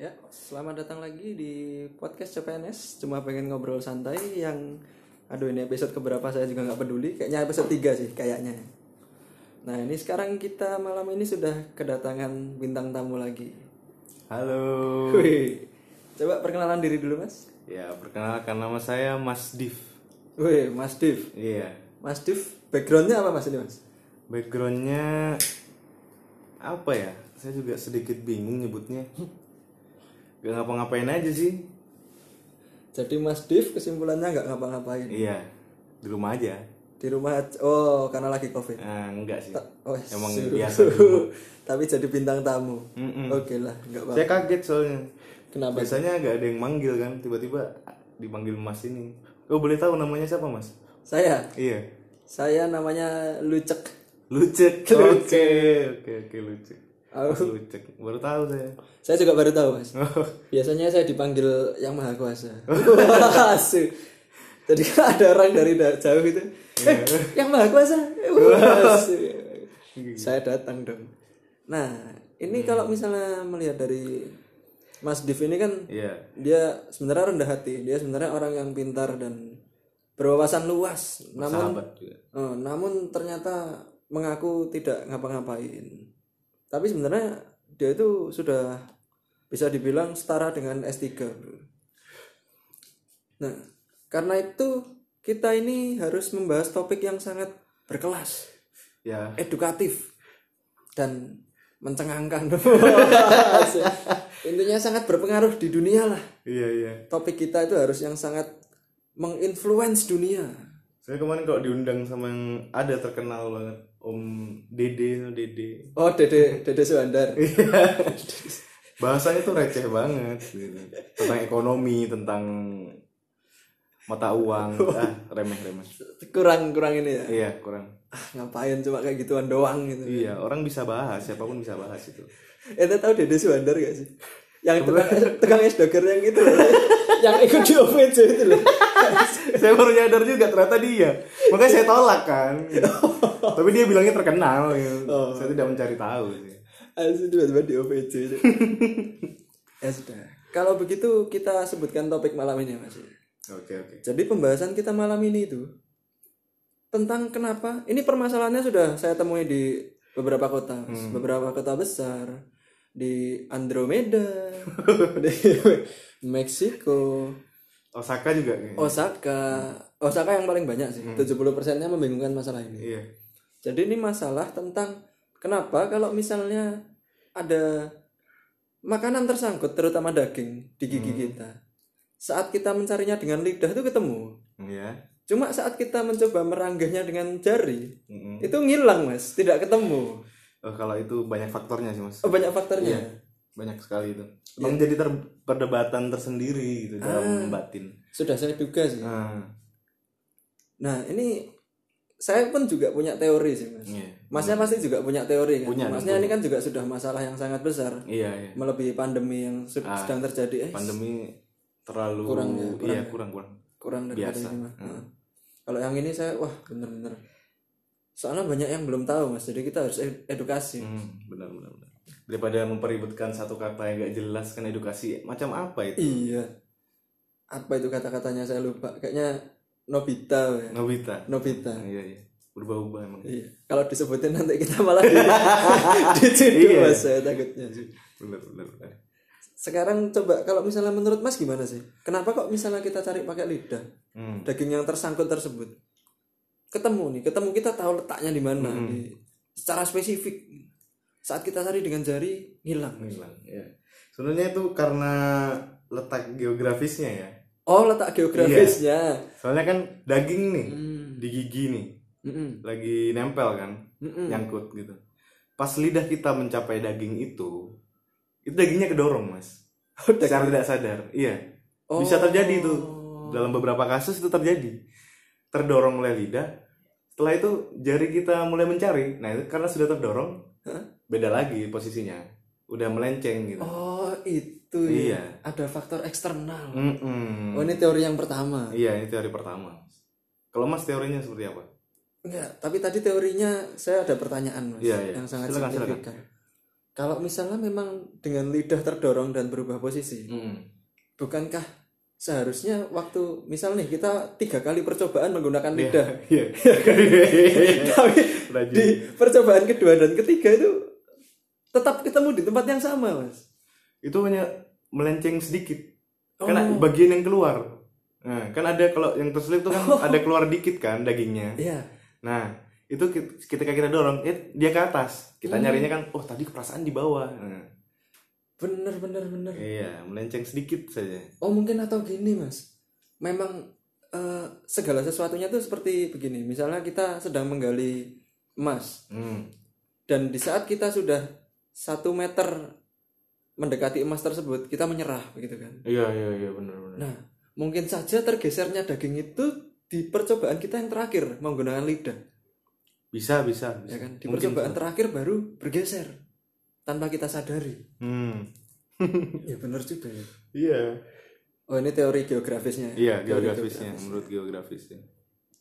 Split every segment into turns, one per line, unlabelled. Ya, selamat datang lagi di podcast CPNS Cuma pengen ngobrol santai yang Aduh ini episode keberapa saya juga nggak peduli Kayaknya episode 3 sih, kayaknya Nah ini sekarang kita malam ini sudah kedatangan bintang tamu lagi
Halo.
Wih, coba perkenalan diri dulu mas
Ya, perkenalkan nama saya Mas Div.
Wih, Mas Div
Iya.
Mas Div, backgroundnya apa mas ini mas?
Backgroundnya apa ya? Saya juga sedikit bingung nyebutnya. Gak ngapa-ngapain aja sih.
Jadi Mas Div kesimpulannya nggak ngapa-ngapain
Iya. Di rumah aja.
Di rumah, aja- oh karena lagi covid
Ah, enggak sih.
Oh,
Emang
seru.
biasa.
Tapi jadi bintang tamu. Oke lah, nggak apa-apa.
Saya kaget soalnya.
Kenapa?
Biasanya nggak ada yang manggil kan, tiba-tiba dipanggil Mas ini. Oh, boleh tahu namanya siapa, Mas?
Saya,
Iya.
saya namanya Lucek.
Lucek. Oke, oke, oke, Lucek.
Oh.
Mas Lucek. Baru tahu saya.
Saya juga baru tahu mas. Biasanya saya dipanggil Yang Maha Kuasa. Wah, asu. Jadi kalau ada orang dari da- jauh itu, eh, Yang Maha Kuasa. Eh, wah, asu. saya datang dong. Nah, ini kalau misalnya melihat dari Mas Div ini kan
Iya.
dia sebenarnya rendah hati dia sebenarnya orang yang pintar dan berwawasan luas namun
Sahabat juga.
eh, namun ternyata mengaku tidak ngapa-ngapain tapi sebenarnya dia itu sudah bisa dibilang setara dengan S3 bro. nah karena itu kita ini harus membahas topik yang sangat berkelas
Ya,
edukatif dan mencengangkan intinya sangat berpengaruh di dunia lah
Iya iya.
topik kita itu harus yang sangat menginfluence dunia.
Saya kemarin kalau diundang sama yang ada terkenal banget Om Dede itu Dede.
Oh, Dede Dede Suandar.
Bahasanya tuh receh banget gitu. Tentang ekonomi, tentang mata uang, ah remeh-remeh.
kurang kurang ini ya.
Iya, kurang.
Ah, ngapain cuma kayak gituan doang gitu.
Iya, orang bisa bahas, siapapun bisa bahas itu.
Ente tahu Dede Suandar gak sih? Yang tukang, tukang es doger yang itu loh. yang ikut di OVJ itu loh.
saya baru nyadar juga ternyata dia. Makanya saya tolak kan. gitu. Tapi dia bilangnya terkenal gitu. Saya tidak mencari tahu sih.
Asli Ah, tiba-tiba di OVJ. ya sudah. Kalau begitu kita sebutkan topik malam ini Mas.
Oke, oke.
Jadi pembahasan kita malam ini itu tentang kenapa ini permasalahannya sudah saya temui di beberapa kota, beberapa kota besar di Andromeda, di Meksiko,
Osaka juga kayaknya.
Osaka. Osaka yang paling banyak sih. 70%-nya membingungkan masalah ini.
Iya.
Jadi ini masalah tentang kenapa kalau misalnya ada makanan tersangkut terutama daging di gigi kita. Saat kita mencarinya dengan lidah itu ketemu.
Iya.
Cuma saat kita mencoba meranggahnya dengan jari,
Mm-mm.
itu ngilang mas, tidak ketemu.
Oh, kalau itu banyak faktornya sih, Mas.
Oh, Iya. banyak faktornya.
banyak sekali itu emang jadi ter- perdebatan tersendiri gitu
Ah.
dalam batin
Sudah saya duga sih.
nah
Nah ini saya pun juga punya teori sih mas.
iya
Masnya pasti juga punya teori kan.
Punya,
Masnya ini kan juga sudah masalah yang sangat besar
iya, iya.
melebihi pandemi yang sed- sedang terjadi. Eh,
Ah, pandemi terlalu
Kurang ya, kurang
iya kurang kurang Ah,
kurang dari
Biasa. Hmm.
ini mah. Nah, Kalau yang ini saya wah bener-bener. Soalnya banyak yang belum tahu mas, jadi kita harus ed- edukasi.
hmm, benar benar benar. daripada mempeributkan satu kata yang gak jelas kan edukasi macam apa itu
Iya. Apa itu kata-katanya saya lupa. Kayaknya Nobita ya.
Nobita
Nobita.
iya iya berubah-ubah emang
Iya. Kalau disebutin nanti kita malah di, diciduk,
Iya.
mas saya takutnya sih.
benar benar benar
Sekarang coba kalau misalnya menurut Mas gimana sih? Kenapa kok misalnya kita cari pakai lidah
hmm.
daging yang tersangkut tersebut? Ketemu nih, ketemu kita tahu letaknya di mana
Hmm.
di secara spesifik. Saat kita cari dengan jari hilang.
hilang ya sebenarnya itu karena letak geografisnya ya
Oh, letak geografisnya.
soalnya kan daging nih
Hmm.
di gigi nih
Mm-mm.
lagi nempel kan
Mm-mm.
nyangkut gitu. Pas lidah kita mencapai daging itu, itu dagingnya kedorong mas.
Oh,
Secara tidak sadar, iya. Bisa terjadi itu
Oh.
dalam beberapa kasus itu terjadi. Terdorong oleh lidah. Setelah itu jari kita mulai mencari. Nah itu karena sudah terdorong,
Hah?
beda lagi posisinya. Udah melenceng gitu.
Oh, itu ya.
Iya. Hmm.
Ada faktor eksternal.
Mm-mm.
Oh, ini teori yang pertama.
Iya ini teori pertama. Kalau mas teorinya seperti apa?
Enggak, tapi tadi teorinya saya ada pertanyaan mas
Iya, iya.
yang sangat
Silakan,
signifikan. Kalau misalnya memang dengan lidah terdorong dan berubah posisi, bukankah seharusnya waktu misalnya nih kita tiga kali percobaan menggunakan lidah,
Iya.
tapi
Rajin.
di percobaan kedua dan ketiga itu tetap ketemu di tempat yang sama, mas.
itu hanya melenceng sedikit
Oh.
karena bagian yang keluar nah kan ada kalau yang terselip tuh kan
Oh.
ada keluar dikit kan dagingnya
Iya.
nah itu ki- ketika kita dorong eh, dia ke atas kita
Hmm.
nyarinya kan oh tadi perasaan di bawah Nah,
Bener bener bener.
iya melenceng sedikit saja
Oh mungkin atau gini mas, memang eh, segala sesuatunya tuh seperti begini. Misalnya kita sedang menggali emas
Hmm.
dan di saat kita sudah satu meter mendekati emas tersebut kita menyerah begitu kan.
iya iya iya benar benar
Nah mungkin saja tergesernya daging itu di percobaan kita yang terakhir menggunakan lidah,
bisa bisa, bisa.
ya kan? Di
Mungkin
percobaan
bisa.
terakhir baru bergeser tanpa kita sadari.
hmm.
Ya benar juga. ya.
iya
Oh ini teori geografisnya. ya?
iya
Teori
geografisnya
geografis.
menurut geografisnya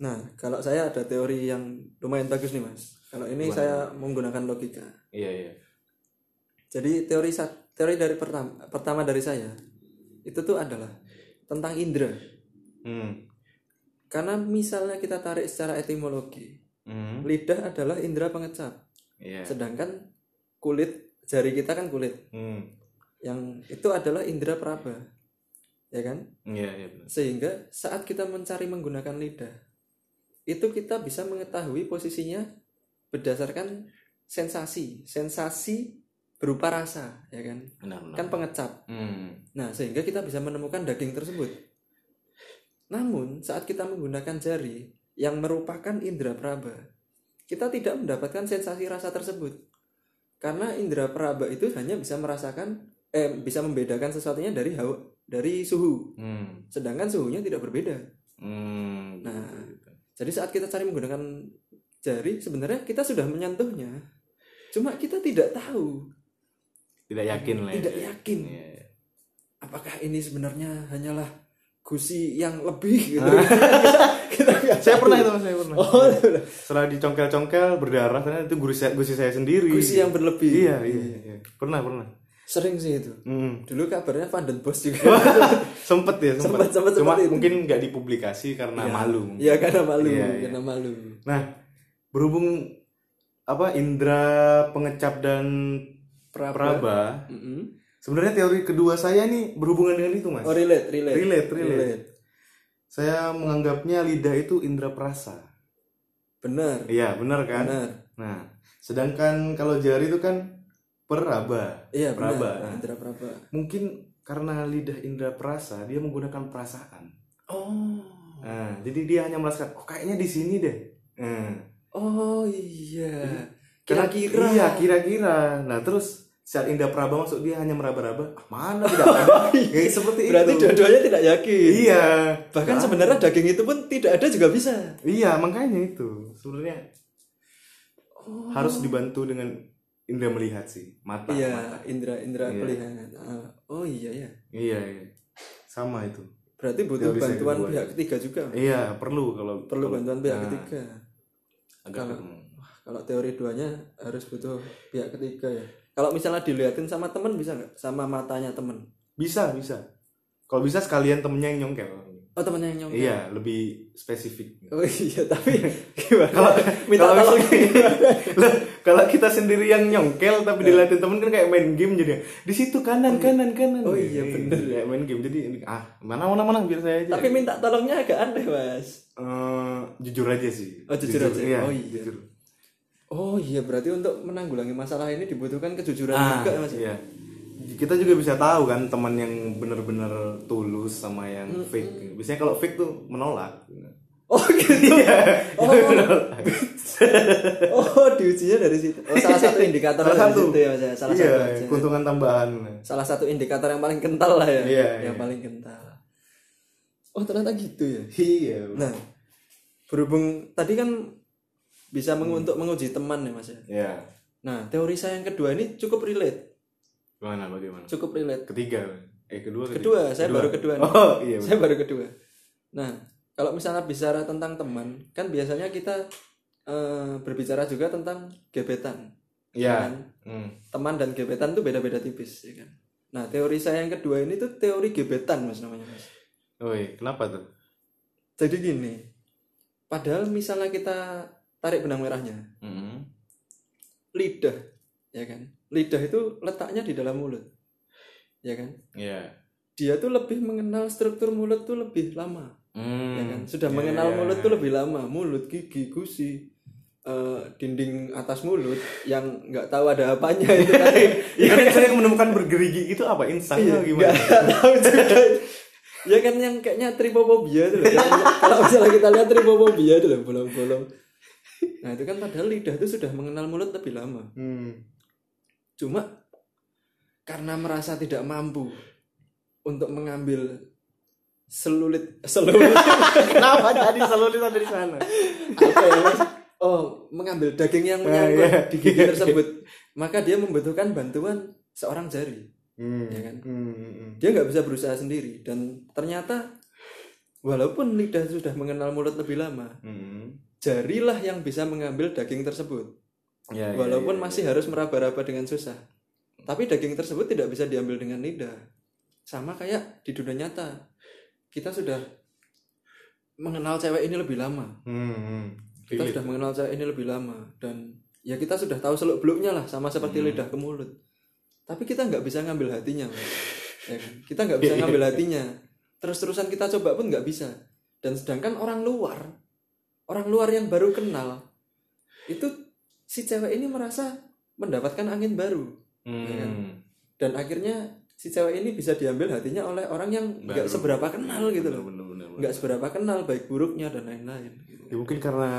Nah, kalau saya ada teori yang lumayan bagus nih, Mas. Kalau ini
Gimana?
saya menggunakan logika.
iya iya
Jadi teori sa- teori dari pertama pertama dari saya itu tuh adalah tentang indera.
hmm.
Karena misalnya kita tarik secara etimologi,
Hmm.
lidah adalah indera pengecap.
iya
Sedangkan kulit jari kita kan kulit.
Hmm.
Yang itu adalah indera peraba. Ya kan?
iya iya benar
Sehingga saat kita mencari menggunakan lidah, itu kita bisa mengetahui posisinya berdasarkan sensasi. Sensasi berupa rasa, ya kan?
benar benar.
Kan pengecap.
hmm.
Nah, sehingga kita bisa menemukan daging tersebut. Namun, saat kita menggunakan jari yang merupakan indera peraba, kita tidak mendapatkan sensasi rasa tersebut. Karena indera peraba itu hanya bisa merasakan eh bisa membedakan sesuatunya dari hawa dari suhu
Hmm.
sedangkan suhunya tidak berbeda.
Hmm,
Nah.
gitu, gitu.
Jadi saat kita cari menggunakan jari, sebenarnya kita sudah menyentuhnya, cuma kita tidak tahu
tidak yakin lah. ya,
Tidak
Jay.
yakin.
Iya, iya.
apakah ini sebenarnya hanyalah gusi yang lebih gitu. kita nggak
Ah. Saya
tahu.
pernah itu mas, saya pernah.
Oh, udah.
Setelah dicongkel-congkel berdarah, ternyata itu gusi saya, gusi saya sendiri.
gusi yang berlebih.
Iya, iya, iya. Pernah, pernah.
Sering sih itu.
Hmm.
Dulu kabarnya Van den Bosch juga.
sempet ya, sempet.
Sempet, sempet,
Cuma
sempet itu.
mungkin nggak dipublikasi karena malu.
Iya, karena malu,
Iya, iya.
karena malu.
Nah, berhubung apa indera pengecap dan
Peraba.
peraba,
Mm-mm.
sebenarnya teori kedua saya nih berhubungan dengan itu mas.
Oh, relate, relate.
Relate, relate. Saya menganggapnya lidah itu indera perasa.
Benar.
Iya, benar kan?
Benar.
Nah, sedangkan kalau jari itu kan peraba.
Iya,
Peraba.
benar. Antara peraba.
Mungkin karena lidah indera perasa, dia menggunakan perasaan.
Oh.
Nah, jadi dia hanya merasakan, oh kayaknya di sini deh. Nah,
Oh iya.
karena-
Kira-kira.
Iya, kira-kira. Nah, terus saat indera peraba masuk, dia hanya meraba-raba, ah, mana tidak ada. Kayak seperti
Berarti
itu.
dua-duanya tidak yakin.
Iya.
Bahkan
Nah,
sebenarnya daging itu pun tidak ada juga bisa.
Iya, makanya itu. Sebenarnya
Oh.
harus dibantu dengan indera melihat sih, mata. mata.
Iya, indra indra
Iya.
peliharaan. Ah, oh iya ya.
Iya, iya. Sama itu.
Berarti butuh
Teori saya
bantuan
kedua,
pihak
ya.
ketiga juga.
Iya, perlu kalau
Perlu
kalau-
bantuan pihak
Nah,
ketiga.
Agak
Kalau-
ketemu.
Wah, kalau teori duanya harus butuh pihak ketiga ya. Kalau misalnya dilihatin sama temen bisa nggak? Sama matanya temen.
Bisa, bisa. Kalau bisa sekalian temennya yang nyongkel.
Oh temennya yang nyongkel.
Iya, lebih spesifik.
Oh iya tapi gimana?
Kalau-
minta
kalau-
tolong gimana?
Lah, kalau kita sendiri yang nyongkel
Iya.
tapi dilatih temen kan kayak main game jadi di situ kanan kanan kanan.
Oh iya, bener.
Kayak main game jadi ah mana mana mana biar saya aja.
tapi minta tolongnya agak aneh mas.
Eh, jujur aja sih.
Oh, jujur aja.
Iya,
Oh, iya.
jujur.
Oh iya berarti untuk menanggulangi masalah ini dibutuhkan kejujuran
Ah,
juga ya, mas.
iya. Kita juga bisa tahu kan teman yang bener-bener tulus sama yang fake. Biasanya kalau fake tuh menolak.
Oh gitu.
ya?
Oh, oh diujinya dari situ. Oh, salah satu indikator
Salah
dari
satu.
situ ya mas. ya. Salah
iya,
satu aja.
keuntungan tambahan.
Salah satu indikator yang paling kental lah ya.
Iya,
yang
iya.
paling kental. Oh ternyata gitu ya.
Iya.
Nah berhubung tadi kan bisa
Hmm.
meng- untuk menguji teman ya mas ya.
Ya.
Nah teori saya yang kedua ini cukup relate,
Gimana bagaimana?
cukup relate.
Ketiga. Eh, kedua ketiga.
Kedua, saya baru kedua nih.
Oh, iya.
Saya baru kedua. Nah, kalau misalnya bicara tentang teman, kan biasanya kita eh, berbicara juga tentang gebetan.
Iya.
kan?
Hmm.
teman dan gebetan tuh beda-beda tipis ya kan nah teori saya yang kedua ini tuh teori gebetan mas namanya mas
Woi, Oh, iya. kenapa tuh?
jadi gini padahal misalnya kita tarik benang merahnya
Mm-mm.
lidah ya kan lidah itu letaknya di dalam mulut ya kan
Iya.
dia tuh lebih mengenal struktur mulut tuh lebih lama
Hmm.
ya kan sudah
Iya,
mengenal
iya,
mulut
iya.
tuh lebih lama mulut gigi gusi eh, dinding atas mulut yang nggak tahu ada apanya itu kan
Iya kan saya menemukan bergerigi itu apa
Iya,
insangnya gimana?
nggak tahu juga. ya kan yang kayaknya tripofobia itu loh. Yang- Kalau misalnya kita lihat tripofobia itu loh, bolong-bolong. Nah, itu kan padahal lidah itu sudah mengenal mulut lebih lama.
Hmm.
Cuma karena merasa tidak mampu untuk mengambil selulit selulit
Kenapa tadi selalu ada di sana?
apa ya Mas? Nah, Oh, mengambil daging yang menyangkut
iya.
di gigi tersebut. Maka dia membutuhkan bantuan seorang jari.
Hmm.
Iya kan?
Hmm, hmm, hmm.
dia nggak bisa berusaha sendiri dan ternyata walaupun lidah sudah mengenal mulut lebih lama
Hmm.
jarilah yang bisa mengambil daging tersebut
Iya, iya,
walaupun
iya.
masih harus meraba-raba dengan susah tapi daging tersebut tidak bisa diambil dengan lidah sama kayak di dunia nyata kita sudah mengenal cewek ini lebih lama
Hmm, hmm.
kita
Relate.
sudah mengenal cewek ini lebih lama dan ya kita sudah tahu seluk beluknya lah sama seperti lidah ke mulut tapi kita nggak bisa ngambil hatinya Mas. Ya kan? kita nggak bisa ngambil hatinya terus terusan kita coba pun nggak bisa dan sedangkan orang luar orang luar yang baru kenal itu si cewek ini merasa mendapatkan angin baru
Hmm.
Iya kan? dan akhirnya si cewek ini bisa diambil hatinya oleh orang yang nggak
Baru.
seberapa kenal gitu loh
Bener, bener, bener.
nggak seberapa kenal baik buruknya dan lain-lain gitu.
Ya, mungkin karena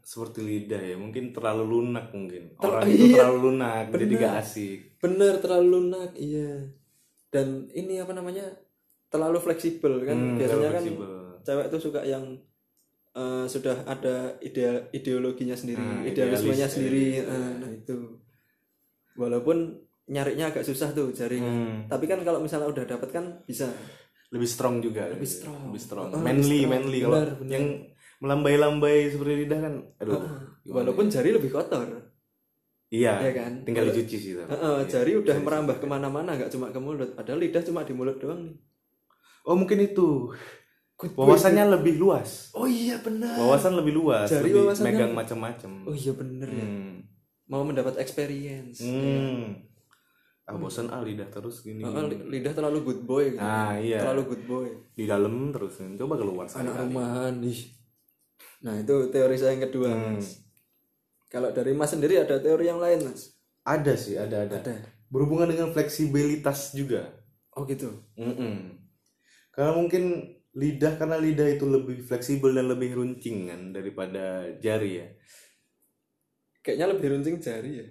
seperti lidah ya, mungkin terlalu lunak mungkin.
Ter-
Orang itu
iya.
terlalu lunak, jadi
Bener.
gak asik.
bener terlalu lunak iya dan ini apa namanya terlalu fleksibel kan
Hmm,
biasanya
terlalu
kan
fleksibel.
cewek tuh suka yang eh, sudah ada ide ideologinya sendiri
Ah,
idealismenya
idealis,
sendiri
idealis,
eh, nah itu walaupun nyarinya agak susah tuh jaringan
Hmm.
tapi kan kalau misalnya udah dapat kan bisa
lebih strong juga
Lebih strong.
lebih strong
Oh, lebih
manly
strong.
manly
Benar,
kalau
benar. Oh,
yang melambai-lambai seperti lidah kan aduh gimana
Ah, walaupun
ya?
jari lebih kotor
iya
Iya kan?
tinggal
Kalau-
dicuci sih tapi.
Eh, eh,
Iya,
jari udah
bisa
merambah
dicuci.
kemana-mana nggak cuma ke mulut padahal lidah cuma di mulut doang nih
oh mungkin itu
iya, Good boy,
wawasannya
good-
lebih luas
oh iya benar
wawasan lebih luas
Jari
lebih
wawasannya-
megang macam-macam
oh iya bener ya Iya.
hmm.
mau mendapat experience
Hmm. ah bosan ah lidah terus gini,
Heeh,
gini.
li- lidah terlalu good boy gitu.
ah iya
terlalu good boy
di dalam terus coba
anak
keluar sekali-kali.
rumahan ih nah itu teori saya yang kedua
Hmm.
mas kalau dari mas sendiri ada teori yang lain mas
ada sih ada ada
ada
berhubungan dengan fleksibilitas juga
oh gitu
Mm-mm. Karena mungkin lidah karena lidah itu lebih fleksibel dan lebih runcingan daripada jari ya.
kayaknya lebih runcing jari ya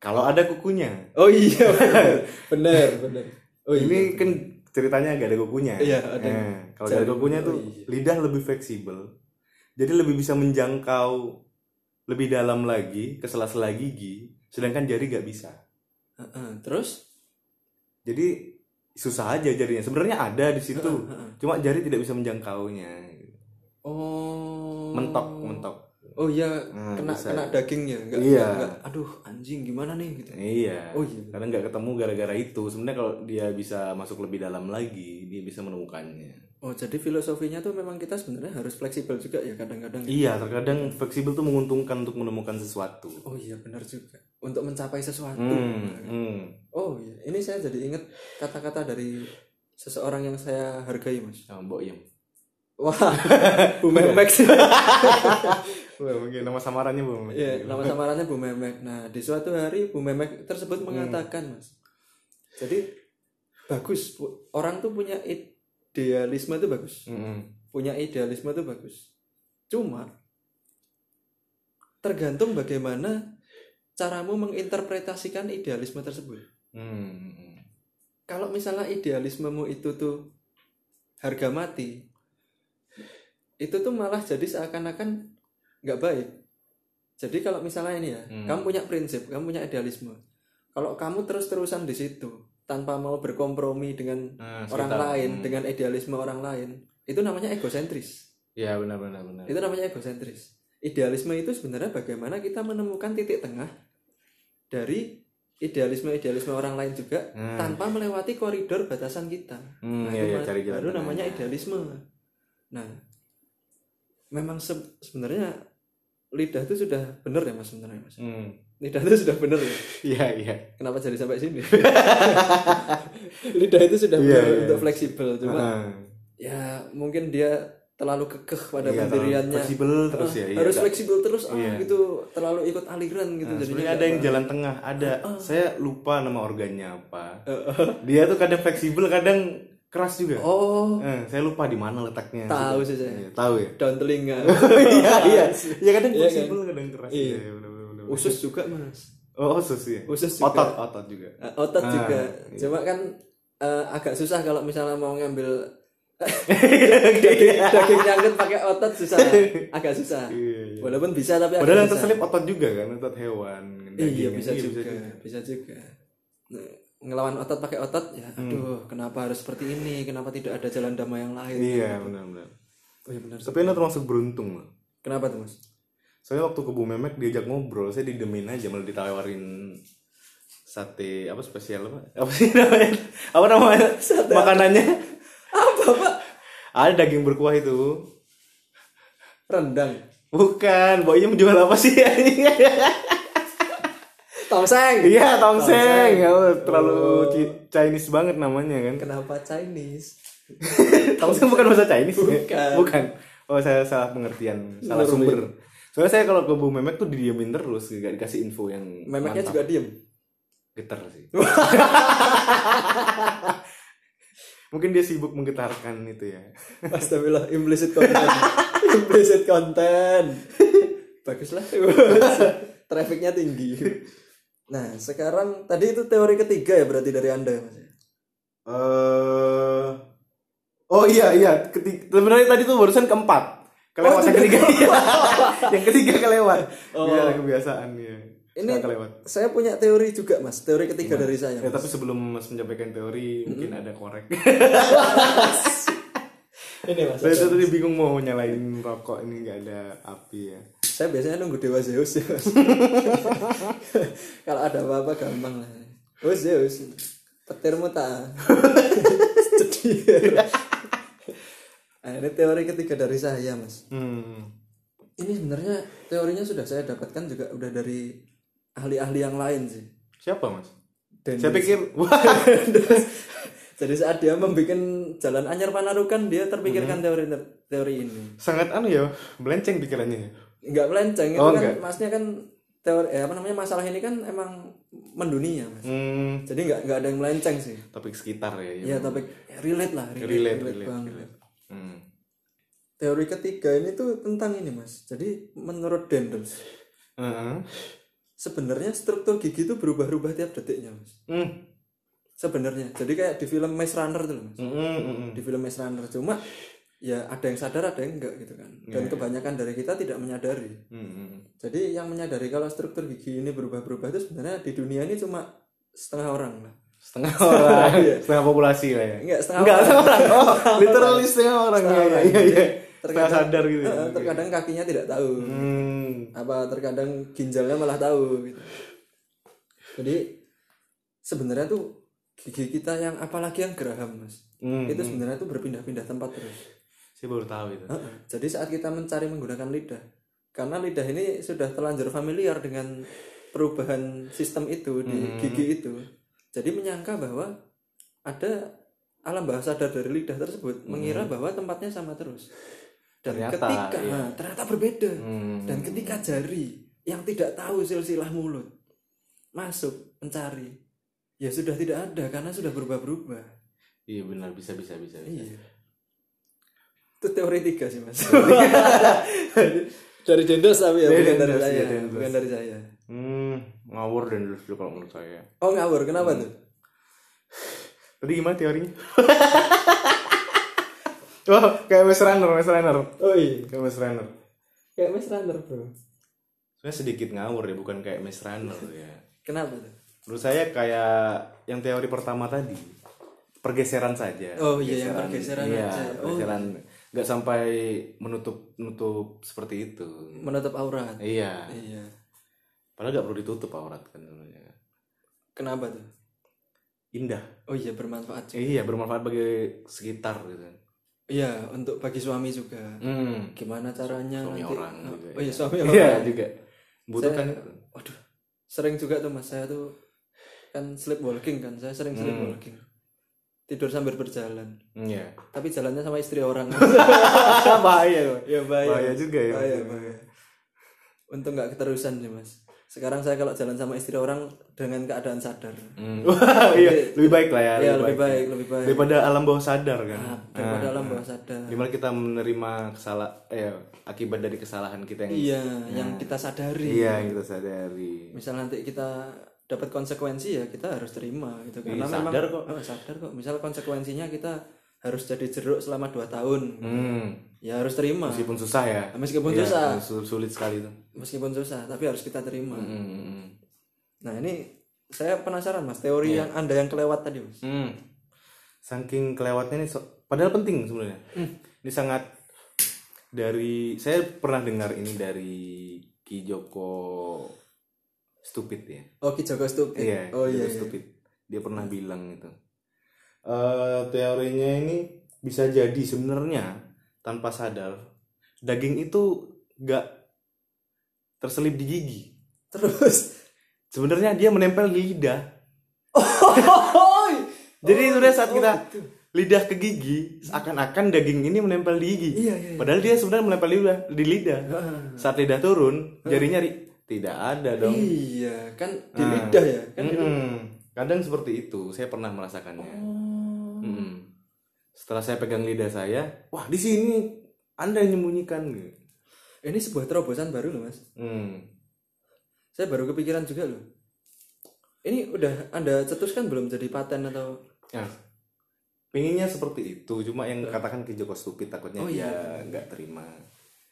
Kalau ada kukunya.
oh iya bener bener oh iya
Ini kan ceritanya agak ada kukunya.
Iya, ada.
Eh, kalau nggak ada
Jari.
kukunya tuh
Oh, iya.
lidah lebih fleksibel. Jadi lebih bisa menjangkau lebih dalam lagi ke sela-sela gigi, sedangkan jari nggak bisa.
Heeh, terus
Jadi susah aja jarinya. Sebenarnya ada di situ,
Heeh, heeh.
cuma jari tidak bisa menjangkaunya.
oh
Mentok, mentok.
oh iya
Nah,
kena
bisa.
kena daging ya nggak
Iya.
nggak- nggak, aduh anjing gimana nih gitu
Iya.
Oh, iya.
Karena nggak ketemu gara-gara itu. Sebenarnya kalau dia bisa masuk lebih dalam lagi, dia bisa menemukannya.
oh jadi filosofinya tuh memang kita sebenarnya harus fleksibel juga ya kadang-kadang ya?
Iya, terkadang fleksibel tuh menguntungkan untuk menemukan sesuatu.
Oh iya benar juga. Untuk mencapai sesuatu.
Hmm, hmm.
Oh iya, ini saya jadi ingat kata-kata dari seseorang yang saya hargai, Mas.
Sama Mbok iya. Yem.
Wah, Bu Memek.
Wah, mungkin nama samarannya Bu.
Iya, nama samarannya Bu Memek. Nah, di suatu hari Bu Memek tersebut mengatakan, Mas. Jadi bagus pu- orang tuh punya idealisme itu bagus.
Mm-mm.
Punya idealisme itu bagus. Cuma tergantung bagaimana caramu menginterpretasikan idealisme tersebut.
Hmm.
kalau misalnya idealismemu itu tuh harga mati itu tuh malah jadi seakan-akan nggak baik jadi kalau misalnya ini ya
Hmm.
kamu punya prinsip kamu punya idealisme kalau kamu terus-terusan di situ tanpa mau berkompromi dengan
Nah,
orang
sekitar.
lain
Hmm.
dengan idealisme orang lain itu namanya egosentris
Iya, benar benar benar.
itu namanya egosentris idealisme itu sebenarnya bagaimana kita menemukan titik tengah dari idealisme-idealisme orang lain juga
Hmm.
tanpa melewati koridor batasan kita.
Hmm,
Nah,
iya,
itu
iya,
ma-
cari jalan
baru
tengahnya.
namanya idealisme. Nah, memang se- sebenarnya lidah itu sudah benar ya Mas sebenarnya Mas.
Hmm.
Lidah itu sudah benar ya.
Iya, iya.
Kenapa jadi sampai sini? lidah itu sudah
Iya,
benar
iya.
untuk fleksibel cuma
Ah,
ya mungkin dia terlalu kekeh pada
iya, terlalu
pendiriannya.
Fleksibel terus ya.
Ah,
iya,
harus
Kak.
fleksibel terus ah,
Iya.
gitu terlalu ikut aliran gitu
Nah,
jadi
sebenarnya ada yang jalan tengah, ada.
Uh-uh.
Saya lupa nama organnya apa.
Heeh.
Dia tuh kadang fleksibel, kadang keras juga.
Uh-uh. oh
Eh, saya lupa di mana letaknya.
Tahu sih saya.
Iya, tahu ya.
daun telinga
Iya, iya. Iya kadang
Iya,
fleksibel, kadang keras.
Iya.
Iya, bener, bener, bener.
usus juga mas
Oh, usus ya.
Usus juga.
Otot, otot juga.
Eh, otot
Ah,
juga
iya.
cuma kan eh, agak susah kalau misalnya mau ngambil
Iya.
daging nyangkut pakai otot susah agak susah
Iya, iya.
walaupun bisa tapi agak
Padahal yang
susah.
terselip otot juga kan, otot hewan.
iya
daging. kan.
bisa juga bisa juga Nah, ngelawan otot pakai otot ya
Hmm.
aduh kenapa harus seperti ini kenapa tidak ada jalan damai yang lain
Iya, benar-benar.
oh, iya benar
Tapi Anda termasuk beruntung loh.
kenapa tuh mas
Soalnya waktu ke Bu Memek diajak ngobrol, saya didemin aja malah ditawarin sate apa spesial apa? Apa sih namanya? Apa namanya? Makanannya
apa pak
ada daging berkuah itu.
rendang
Bukan, Boynya menjual apa sih?
tongseng Oh.
Iya, tongseng. Ya, terlalu Ci- Chinese banget namanya kan.
kenapa Chinese
Tongseng bukan bahasa Chinese. ya?
Bukan.
Bukan. Oh, saya salah pengertian, salah
Bener,
sumber. Soalnya saya kalau ke Bu Memek tuh didiemin terus, gak dikasih info yang
memeknya
mantap.
juga diem
getar sih. Mungkin dia sibuk menggetarkan itu ya.
Astagfirullah, implicit content. implicit content. Baguslah. Trafficnya tinggi. Nah, sekarang tadi itu teori ketiga ya berarti dari Anda, Mas.
eh oh iya iya, Keti- sebenarnya tadi tuh barusan keempat.
Oh,
Kelewat
itu
yang
udah
ketiga. iya. yang ketiga kelewat.
Oh.
Iya, kebiasaan ya.
Ini-
Saya kelewat.
Saya punya teori juga, Mas. Teori ketiga dari saya.
Ya,
Mas.
tapi sebelum Mas menyampaikan teori, mungkin ada korek.
Ini, Mas.
Saya tuh tadi bingung mau nyalain rokok ini nggak ada api ya.
Saya biasanya nunggu Dewa Zeus ya, Mas. Kalau ada apa-apa gampang lah. Oh, Zeus. Petirmu tak. Cedir. Nah, ini teori ketiga dari saya, Mas.
Hmm.
ini sebenarnya teorinya sudah saya dapatkan juga udah dari ahli-ahli yang lain sih.
Siapa, Mas?
Dan
Saya pikir
jadi saat dia membuat jalan anyar panarukan dia terpikirkan teori teori ini.
sangat anu ya, melenceng ya. pikirannya.
Enggak melenceng itu
Oh,
kan
enggak.
maksudnya kan teori eh, apa namanya masalah ini kan emang mendunia mas.
Hmm,
Jadi nggak nggak ada yang melenceng sih.
topik sekitar
Ya
ya.
topik ya, relate lah relate,
relate,
relate
relate,
banget.
relate. Hmm.
Teori ketiga ini tuh tentang ini mas. Jadi menurut Dendels
Heeh.
sebenarnya struktur gigi itu berubah-ubah tiap detiknya mas.
Hmm.
sebenarnya jadi kayak di film Maze Runner tuh loh, Mas.
Mm-mm, mm-mm.
di film Maze Runner cuma ya ada yang sadar ada yang enggak gitu kan
Iya.
dan kebanyakan dari kita tidak menyadari
Mm-mm.
jadi yang menyadari kalau struktur gigi ini berubah-berubah itu sebenarnya di dunia ini cuma setengah orang lah
Setengah orang,
Iya.
setengah populasi lah ya.
enggak setengah
Enggak,
orang
setengah orang. Oh, literally setengah orang. Iya, iya, iya, iya. Setengah sadar gitu. ya.
Eh, terkadang kakinya tidak tahu
Hmm.
apa terkadang ginjalnya malah tahu gitu jadi sebenarnya tuh gigi kita yang apalagi yang geraham mas
Hmm.
itu Eh, sebenarnya tuh berpindah-pindah tempat terus
Saya baru tahu itu.
Heeh. Jadi saat kita mencari menggunakan lidah, karena lidah ini sudah terlanjur familiar dengan perubahan sistem itu di gigi itu, jadi menyangka bahwa ada alam bawah sadar dari lidah tersebut, mengira bahwa tempatnya sama terus. Dan
Ternyata,
ketika
iya.
nah, ternyata berbeda,
Hmm.
dan ketika jari yang tidak tahu silsilah mulut masuk mencari, ya sudah tidak ada karena sudah berubah-berubah.
Iya benar bisa bisa bisa. bisa.
Iya. Itu teori tiga sih mas. dari Dendos tapi ya
Dari
bukan dari
Dendos,
saya,
iya, Dendos.
bukan dari saya.
Hmm, ngawur dan lucu kalau menurut saya.
Oh ngawur, kenapa tuh?
Tadi gimana teorinya? oh, kayak Wes Runner, Wes Runner.
Oh iya,
Kayak Wes Runner.
kayak Mas Runner bro.
Sebenarnya sedikit ngawur ya, bukan kayak Wes Runner ya.
Kenapa tuh?
Menurut saya kayak yang teori pertama tadi pergeseran saja.
Oh, iya, yang pergeseran
iya,
aja. Oh.
pergeseran nggak sampai menutup menutup seperti itu.
Menutup aurat.
Iya.
Iya.
Padahal nggak perlu ditutup aurat kan sebenarnya. kan.
Kenapa tuh?
Indah.
Oh iya bermanfaat juga.
Eh, iya bermanfaat bagi sekitar gitu. kan.
Iya untuk bagi suami juga.
Hmm.
Gimana caranya nanti?
Suami orang juga,
oh iya suami orang.
Iya juga. Butuh kan.
Waduh, sering juga tuh mas saya tuh kan sleepwalking kan saya
Hmm.
sering sleepwalking tidur sambil berjalan
Iya.
tapi jalannya sama istri orang
bahaya. loh.
ya bahaya
Bahaya juga ya.
bahaya, bahaya. untung nggak keterusan sih mas sekarang saya kalau jalan sama istri orang dengan keadaan sadar
Hmm. Wah, iya, lebih baik lah ya.
ya lebih baik Ah. lebih baik
Daripada alam bawah sadar kan.
daripada alam bawah sadar
Dimana kita menerima kesalahan eh, akibat dari kesalahan kita yang
iya yang kita sadari
Hmm. Iya, yang kita sadari.
misal nanti kita dapat konsekuensi ya kita harus terima gitu karena memang
Iya, sadar kok.
Oh, sadar kok misal konsekuensinya kita harus jadi jeruk selama 2 tahun
Hmm.
ya harus terima
Meskipun susah ya.
meskipun
Iya,
susah
sul- sulit sekali itu.
meskipun susah tapi harus kita terima
Hmm.
nah ini saya penasaran mas teori
Iya.
yang anda yang kelewat tadi mas
Hmm. Saking kelewatnya nih, so- padahal penting sebenarnya. Ini sangat dari saya pernah dengar ini dari Ki Joko Stupid ya.
Oke Joko Stupid
Iya,
oh
Ki
iya,
Joko
iya.
Stupid. Dia pernah bilang itu. Eh, teorinya ini bisa jadi sebenarnya tanpa sadar daging itu gak terselip di gigi.
terus
Sebenarnya dia menempel di lidah.
Hohoy!
Oh, iya. Jadi sebenarnya saat
oh,
kita
gitu.
lidah ke gigi, seakan-akan daging ini menempel di gigi.
Iya, iya, iya.
Padahal dia sebenarnya menempel di lidah. Di lidah.
Ah.
Saat lidah turun, jari nyari tidak ada dong. Ah.
iya kan di lidah ya kan di-
Mm-mm. Kadang seperti itu, saya pernah merasakannya.
Oh.
Mm-mm. Hmm. Setelah saya pegang lidah saya, wah di sini anda yang menyembunyikan. gitu.
ini sebuah terobosan baru loh mas
Hmm.
saya baru kepikiran juga loh ini udah anda cetuskan belum jadi paten atau
Nah, pinginnya seperti itu, cuma yang katakan ke Joko Stupid takutnya dia nggak terima.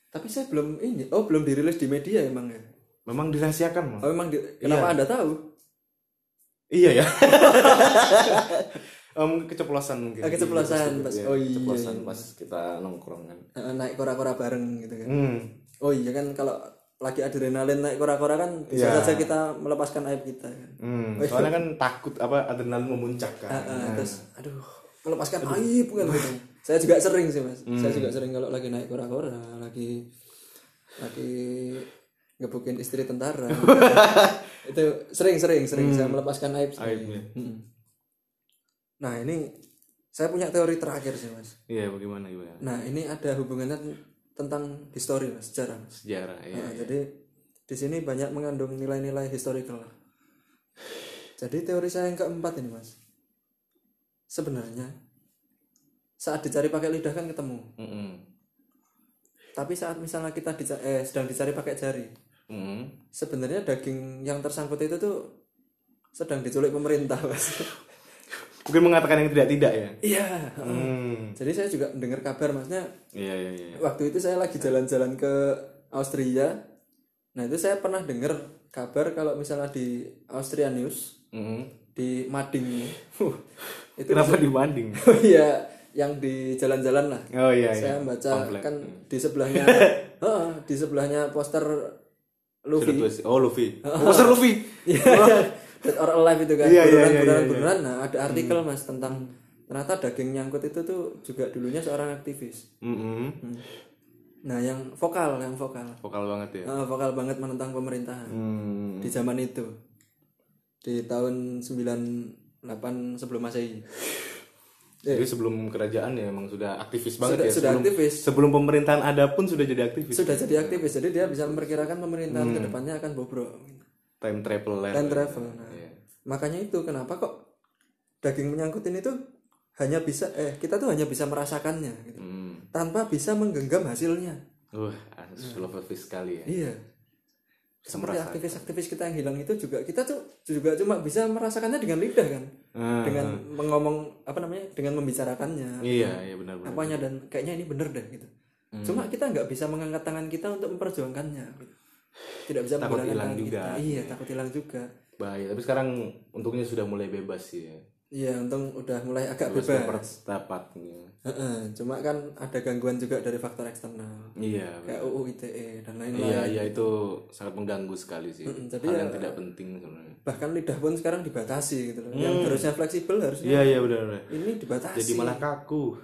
tapi saya belum ini oh belum dirilis di media emang ya
Memang dirahasiakan, Mas.
oh emang di- kenapa anda tahu
Iya ya. Em, keceplosan mungkin.
Ah, keceplosan,
Iya,
pas-
iya,
oh iya,
keceplosan
iya.
pas kita nongkrong kan.
Eh, naik kora-kora bareng gitu kan
Hmm.
oh iya kan kalau lagi adrenalin naik kora-kora kan bisa
Iya.
saja kita melepaskan aib kita kan
hmm. Soalnya kan takut apa adrenalin memuncak kan.
Eh, terus aduh melepaskan aib kan gitu saya juga sering sih mas saya juga sering kalau lagi naik kora-kora lagi lagi ngebukin istri tentara itu sering sering sering saya melepaskan aib saya.
Aibnya.
Mm-mm. nah ini saya punya teori terakhir sih mas
Iya, bagaimana gimana?
nah ini ada hubungannya ten- tentang histori mas sejarah mas
Sejarah ya.
Nah, jadi di sini banyak mengandung nilai-nilai historical. Jadi teori saya yang keempat ini mas, sebenarnya saat dicari pakai lidah kan ketemu,
Mm-mm.
tapi saat misalnya kita dica- eh, sedang dicari pakai jari,
Mm-mm.
sebenarnya daging yang tersangkut itu tuh sedang diculik pemerintah mas.
Mungkin mengatakan yang tidak-tidak ya.
Iya.
Hmm.
Jadi saya juga dengar kabar masnya
Iya iya iya.
waktu itu saya lagi jalan-jalan ke Austria. Nah itu saya pernah dengar kabar kalau misalnya di Austria News
Mm-mm.
di Mading itu
Kenapa dibanding?
ya yang di jalan-jalan lah.
Oh iya Hmm. iya.
Saya baca
Pamflet.
kan di sebelahnya Heeh, di sebelahnya poster
Sudah
Luffy
tulis. Oh Luffy. Poster Luffy.
Iya. Dead or Alive itu kan
Iya,
buruan,
iya, iya,
buruan,
iya, Hmm.
buruan. Nah ada artikel mas tentang ternyata daging nyangkut itu tuh juga dulunya seorang aktivis.
Mm-mm.
Nah yang vokal yang vokal
Vokal banget ya.
Eh, vokal banget menentang pemerintahan
Hmm.
di zaman itu di tahun 98 sebelum masehi
eh. Jadi sebelum kerajaan ya emang sudah aktivis banget
sudah,
ya.
sudah
sebelum,
aktivis
sebelum pemerintahan ada pun sudah jadi aktivis.
sudah jadi aktivis jadi dia bisa memperkirakan pemerintahan kedepannya akan bobrok
Time travel lah.
dan travel nah,
Iya.
makanya itu kenapa kok daging menyangkutin itu hanya bisa eh kita tuh hanya bisa merasakannya gitu.
Hmm.
tanpa bisa menggenggam hasilnya
Wah, filosofis sekali ya.
Hmm. iya
Bisa
seperti
merasa.
aktivis-aktivis kita yang hilang itu juga kita tuh juga cuma bisa merasakannya dengan lidah kan
Ah,
dengan mengomong apa namanya dengan membicarakannya
iya, iya benar-benar.
apanya dan kayaknya ini bener deh gitu
Hmm.
cuma kita nggak bisa mengangkat tangan kita untuk memperjuangkannya gitu. tidak bisa
Takut
menggunakan
hilang
tangan
juga.
kita iya takut hilang juga
Bahaya. Tapi sekarang untungnya sudah mulai bebas sih ya.
Iya, untung udah mulai agak
Luas
bebas.
berpendapat, iya.
Heeh, Cuma kan ada gangguan juga dari faktor eksternal.
Iya.
Kayak UU ITE E, dan lain-lain.
Iya, iya itu sangat mengganggu sekali sih.
Mm-mm, tapi
Hal
ya-
yang tidak penting sebenarnya.
Bahkan lidah pun sekarang dibatasi gitu loh. Yang harusnya fleksibel harusnya
Hmm. Iya, iya benar. benar.
ini dibatasi.
Jadi malah kaku.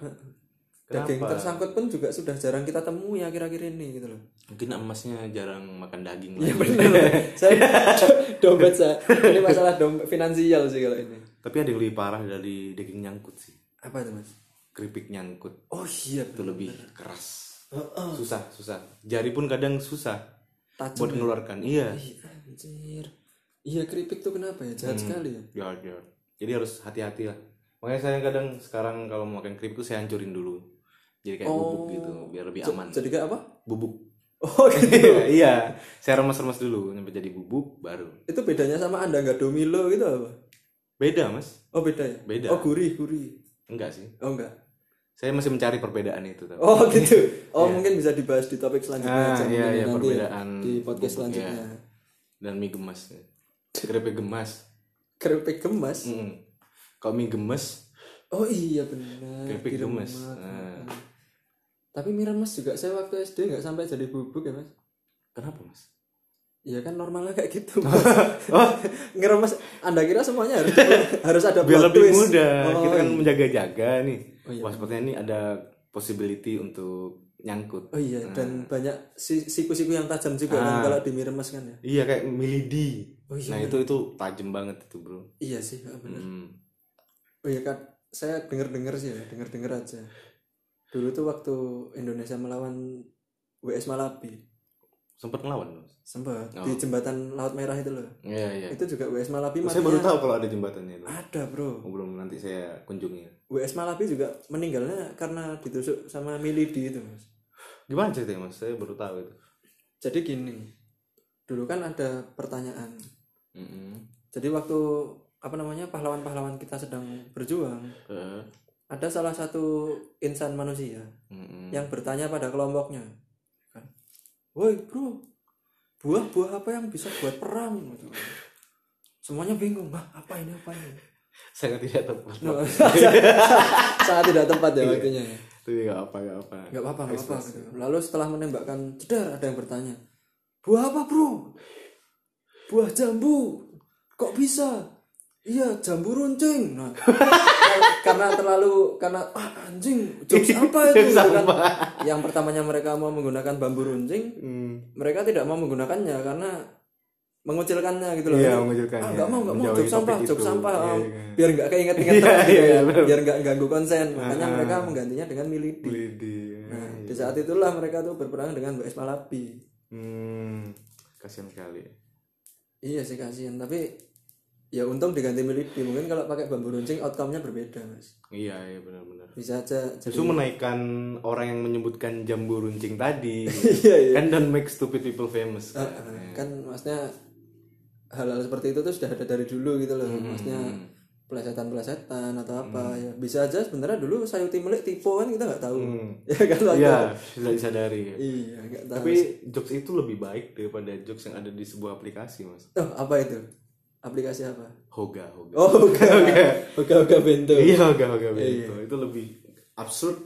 Daging
Kenapa?
tersangkut pun juga sudah jarang kita temui akhir-akhir ini gitu loh.
Mungkin emasnya jarang makan daging
Iya
lagi.
benar. loh. saya dompet saya. Ini masalah dompet finansial sih kalau ini.
Tapi ada yang lebih parah dari daging nyangkut sih.
Apa itu mas?
Keripik nyangkut
Oh iya
itu
betul.
lebih keras. Susah, susah. Jari pun kadang susah
Tajam.
buat mengeluarkan. Iya.
Ih, Anjir. Iya keripik tuh kenapa ya jahat sekali ya.
Ya, ya. Jadi harus hati-hati lah. Makanya saya kadang sekarang kalau mau makan keripik tuh saya hancurin dulu. Jadi kayak bubuk gitu biar lebih aman.
Jadi kayak apa?
Bubuk.
Oh gitu.
Iya, iya. Saya remas-remas dulu sampai jadi bubuk baru.
itu bedanya sama anda nggak domilo gitu apa?
Beda, Mas.
Oh beda ya.
Beda.
Oh gurih gurih.
Enggak sih.
Oh enggak.
Saya masih mencari perbedaan itu tapi.
Oh gitu. Oh mungkin bisa dibahas di topik selanjutnya
Iya. Ah,
aja
iya,
mungkin nanti
iya,
ya,
perbedaan
di podcast
bubuk,
selanjutnya.
iya. Dan mie gemas. ya. Keripik gemas.
Keripik gemas.
Mm. Kalau mie gemes,
Oh iya benar.
keripik
diremas.
gemes. Nah,
Tapi mie remes juga saya waktu SD nggak sampai jadi bubuk ya mas.
kenapa, Mas?
Iya kan normalnya kayak gitu. Mas.
Oh.
Ngeremes. Anda kira semuanya harus harus ada
Biar
plot
lebih
twist?
mudah.
Oh,
Kita kan menjaga-jaga nih.
Oh, iya.
Wah, sepertinya ini ada possibility untuk nyangkut.
Oh iya,
Nah.
dan banyak si- siku-siku yang tajam juga kan kalau di mie remes kan ya.
Iya, kayak milidi.
Oh, iya,
Ah. nah, itu itu tajam banget itu, Bro.
Iya sih, ah, bener.
Mm.
Oh iya kan, saya denger-denger sih ya, denger-denger aja. Dulu tuh waktu Indonesia melawan WS Malabi,
Sempat ngelawan, Mas.
sempat di jembatan Laut Merah itu loh.
Iya, Oh. iya.
Itu Ah, juga WS Malabi matinya
Saya baru tahu kalau ada jembatannya itu.
ada bro.
Oh, Belum nanti saya kunjungi.
WS Malabi juga meninggalnya karena ditusuk sama Milidi itu mas.
Gimana ceritanya mas? Saya baru tahu itu.
Jadi gini, dulu kan ada pertanyaan.
Mm-mm.
Jadi waktu apa namanya pahlawan-pahlawan kita sedang berjuang,
Eh,
ada salah satu insan manusia
mm-mm.
yang bertanya pada kelompoknya kan woi bro buah-buah apa yang bisa buat perang Gitu. semuanya bingung bah apa ini apa ini
Saya ya, tidak tepat.
No, saat tidak tempat ya waktunya ya.
Itu nggak apa nggak apa.
nggak apa-apa nggak apa lalu setelah menembakkan jedar ada yang bertanya buah apa bro buah jambu kok bisa iya jambu runcing nah karena terlalu karena ah, anjing jokes apa itu
Jokes
gitu kan.
apa?
yang pertamanya mereka mau menggunakan bambu runcing
Hmm.
mereka tidak mau menggunakannya karena mengucilkannya gitu loh.
Iya,
Jadi,
mengucilkannya.
Ah, nggak mau, nggak mau.
Menjauhi
Jok sampah,
topik
jok
itu.
sampah.
Iya,
om.
iya.
Biar nggak keinget inget
Iya, Ah,
gitu
iya,
ya.
bener.
Biar nggak ganggu konsen. Makanya mereka menggantinya dengan milidi.
Lidi.
Nah, di saat itulah mereka tuh berperang dengan BS Malabi.
Hmm. Kasian sekali.
Iya sih kasihan, tapi ya untung diganti milidi. Mungkin kalau pakai bambu runcing outcome-nya berbeda, Mas.
Iya iya benar-benar. Iya.
Bisa aja jadi
Justru menaikkan orang yang menyebutkan jambu runcing tadi.
Iya, iya.
Kan don't make stupid people famous. kan.
kan maksudnya hal-hal seperti itu tuh sudah ada dari dulu gitu loh maksudnya pelesetan-pelesetan atau apa ya bisa aja sebenarnya dulu sayuti milik tipe kan kita nggak tahu ya kan waktu
Iya,
itu.
tidak disadari.
iya nggak tahu
Tapi jokes itu lebih baik daripada jokes yang ada di sebuah aplikasi, Mas.
oh apa itu aplikasi apa
Hoga, hoga.
oh oke oke oke oke bento
Iya, hoga, hoga begitu. Itu lebih absurd.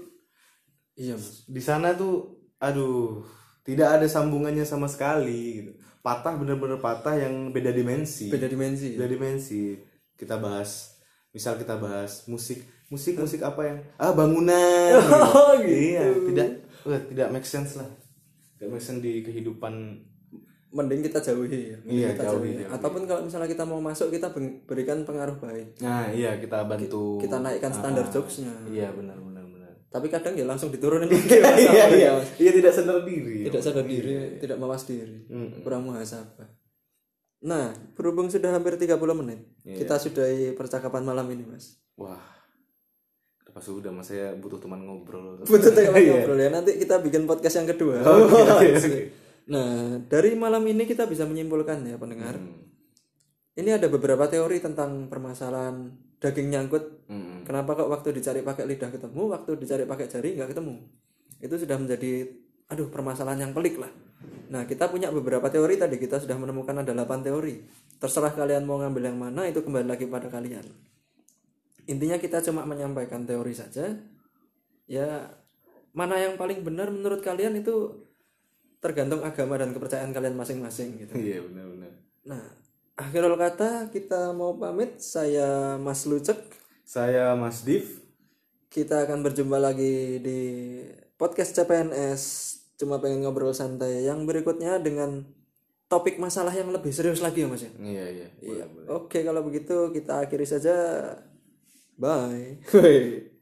iya mas
Di sana tuh aduh, tidak ada sambungannya sama sekali gitu. Patah bener-bener patah yang beda dimensi.
beda dimensi ya?
Beda dimensi. Kita bahas misal kita bahas musik, musik musik apa yang ah bangunan.
Oh, gitu.
Iya, tidak eh, tidak make sense lah. Tidak make sense di kehidupan
mending kita jauhi ya Mending
Iya,
kita
jauhi, jauhi.
ataupun kalau misalnya kita mau masuk kita ben- berikan pengaruh baik
Nah, iya kita bantu Ah.
kita naikkan standar jokesnya
Iya benar benar benar.
tapi kadang ya langsung diturunin lagi masalahnya, Mas.
Iya tidak sadar diri.
tidak sadar diri, tidak mawas diri,
Hmm.
kurang muhasabah. Nah, berhubung sudah hampir 30 menit,
Iya.
kita sudahi percakapan malam ini, Mas.
Wah. Pas udah mas saya butuh teman ngobrol. Iya.
Butuh teman ngobrol ya. Nanti kita bikin podcast yang kedua.
Oh,
Nah, dari malam ini kita bisa menyimpulkan ya pendengar.
Hmm.
Ini ada beberapa teori tentang permasalahan daging nyangkut.
Mm-mm.
Kenapa kok waktu dicari pakai lidah ketemu, waktu dicari pakai jari nggak ketemu? Itu sudah menjadi aduh permasalahan yang pelik lah. Nah, kita punya beberapa teori tadi kita sudah menemukan ada 8 teori. Terserah kalian mau ngambil yang mana itu kembali lagi pada kalian. intinya kita cuma menyampaikan teori saja ya mana yang paling benar menurut kalian itu tergantung agama dan kepercayaan kalian masing-masing gitu
Iya benar-benar.
nah akhirul kata kita mau pamit saya Mas Lucek
Saya Mas Div.
kita akan berjumpa lagi di podcast CPNS cuma pengen ngobrol santai yang berikutnya dengan topik masalah yang lebih serius lagi ya mas ya
Iya iya.
Iya. Oke kalau begitu kita akhiri saja. Bye.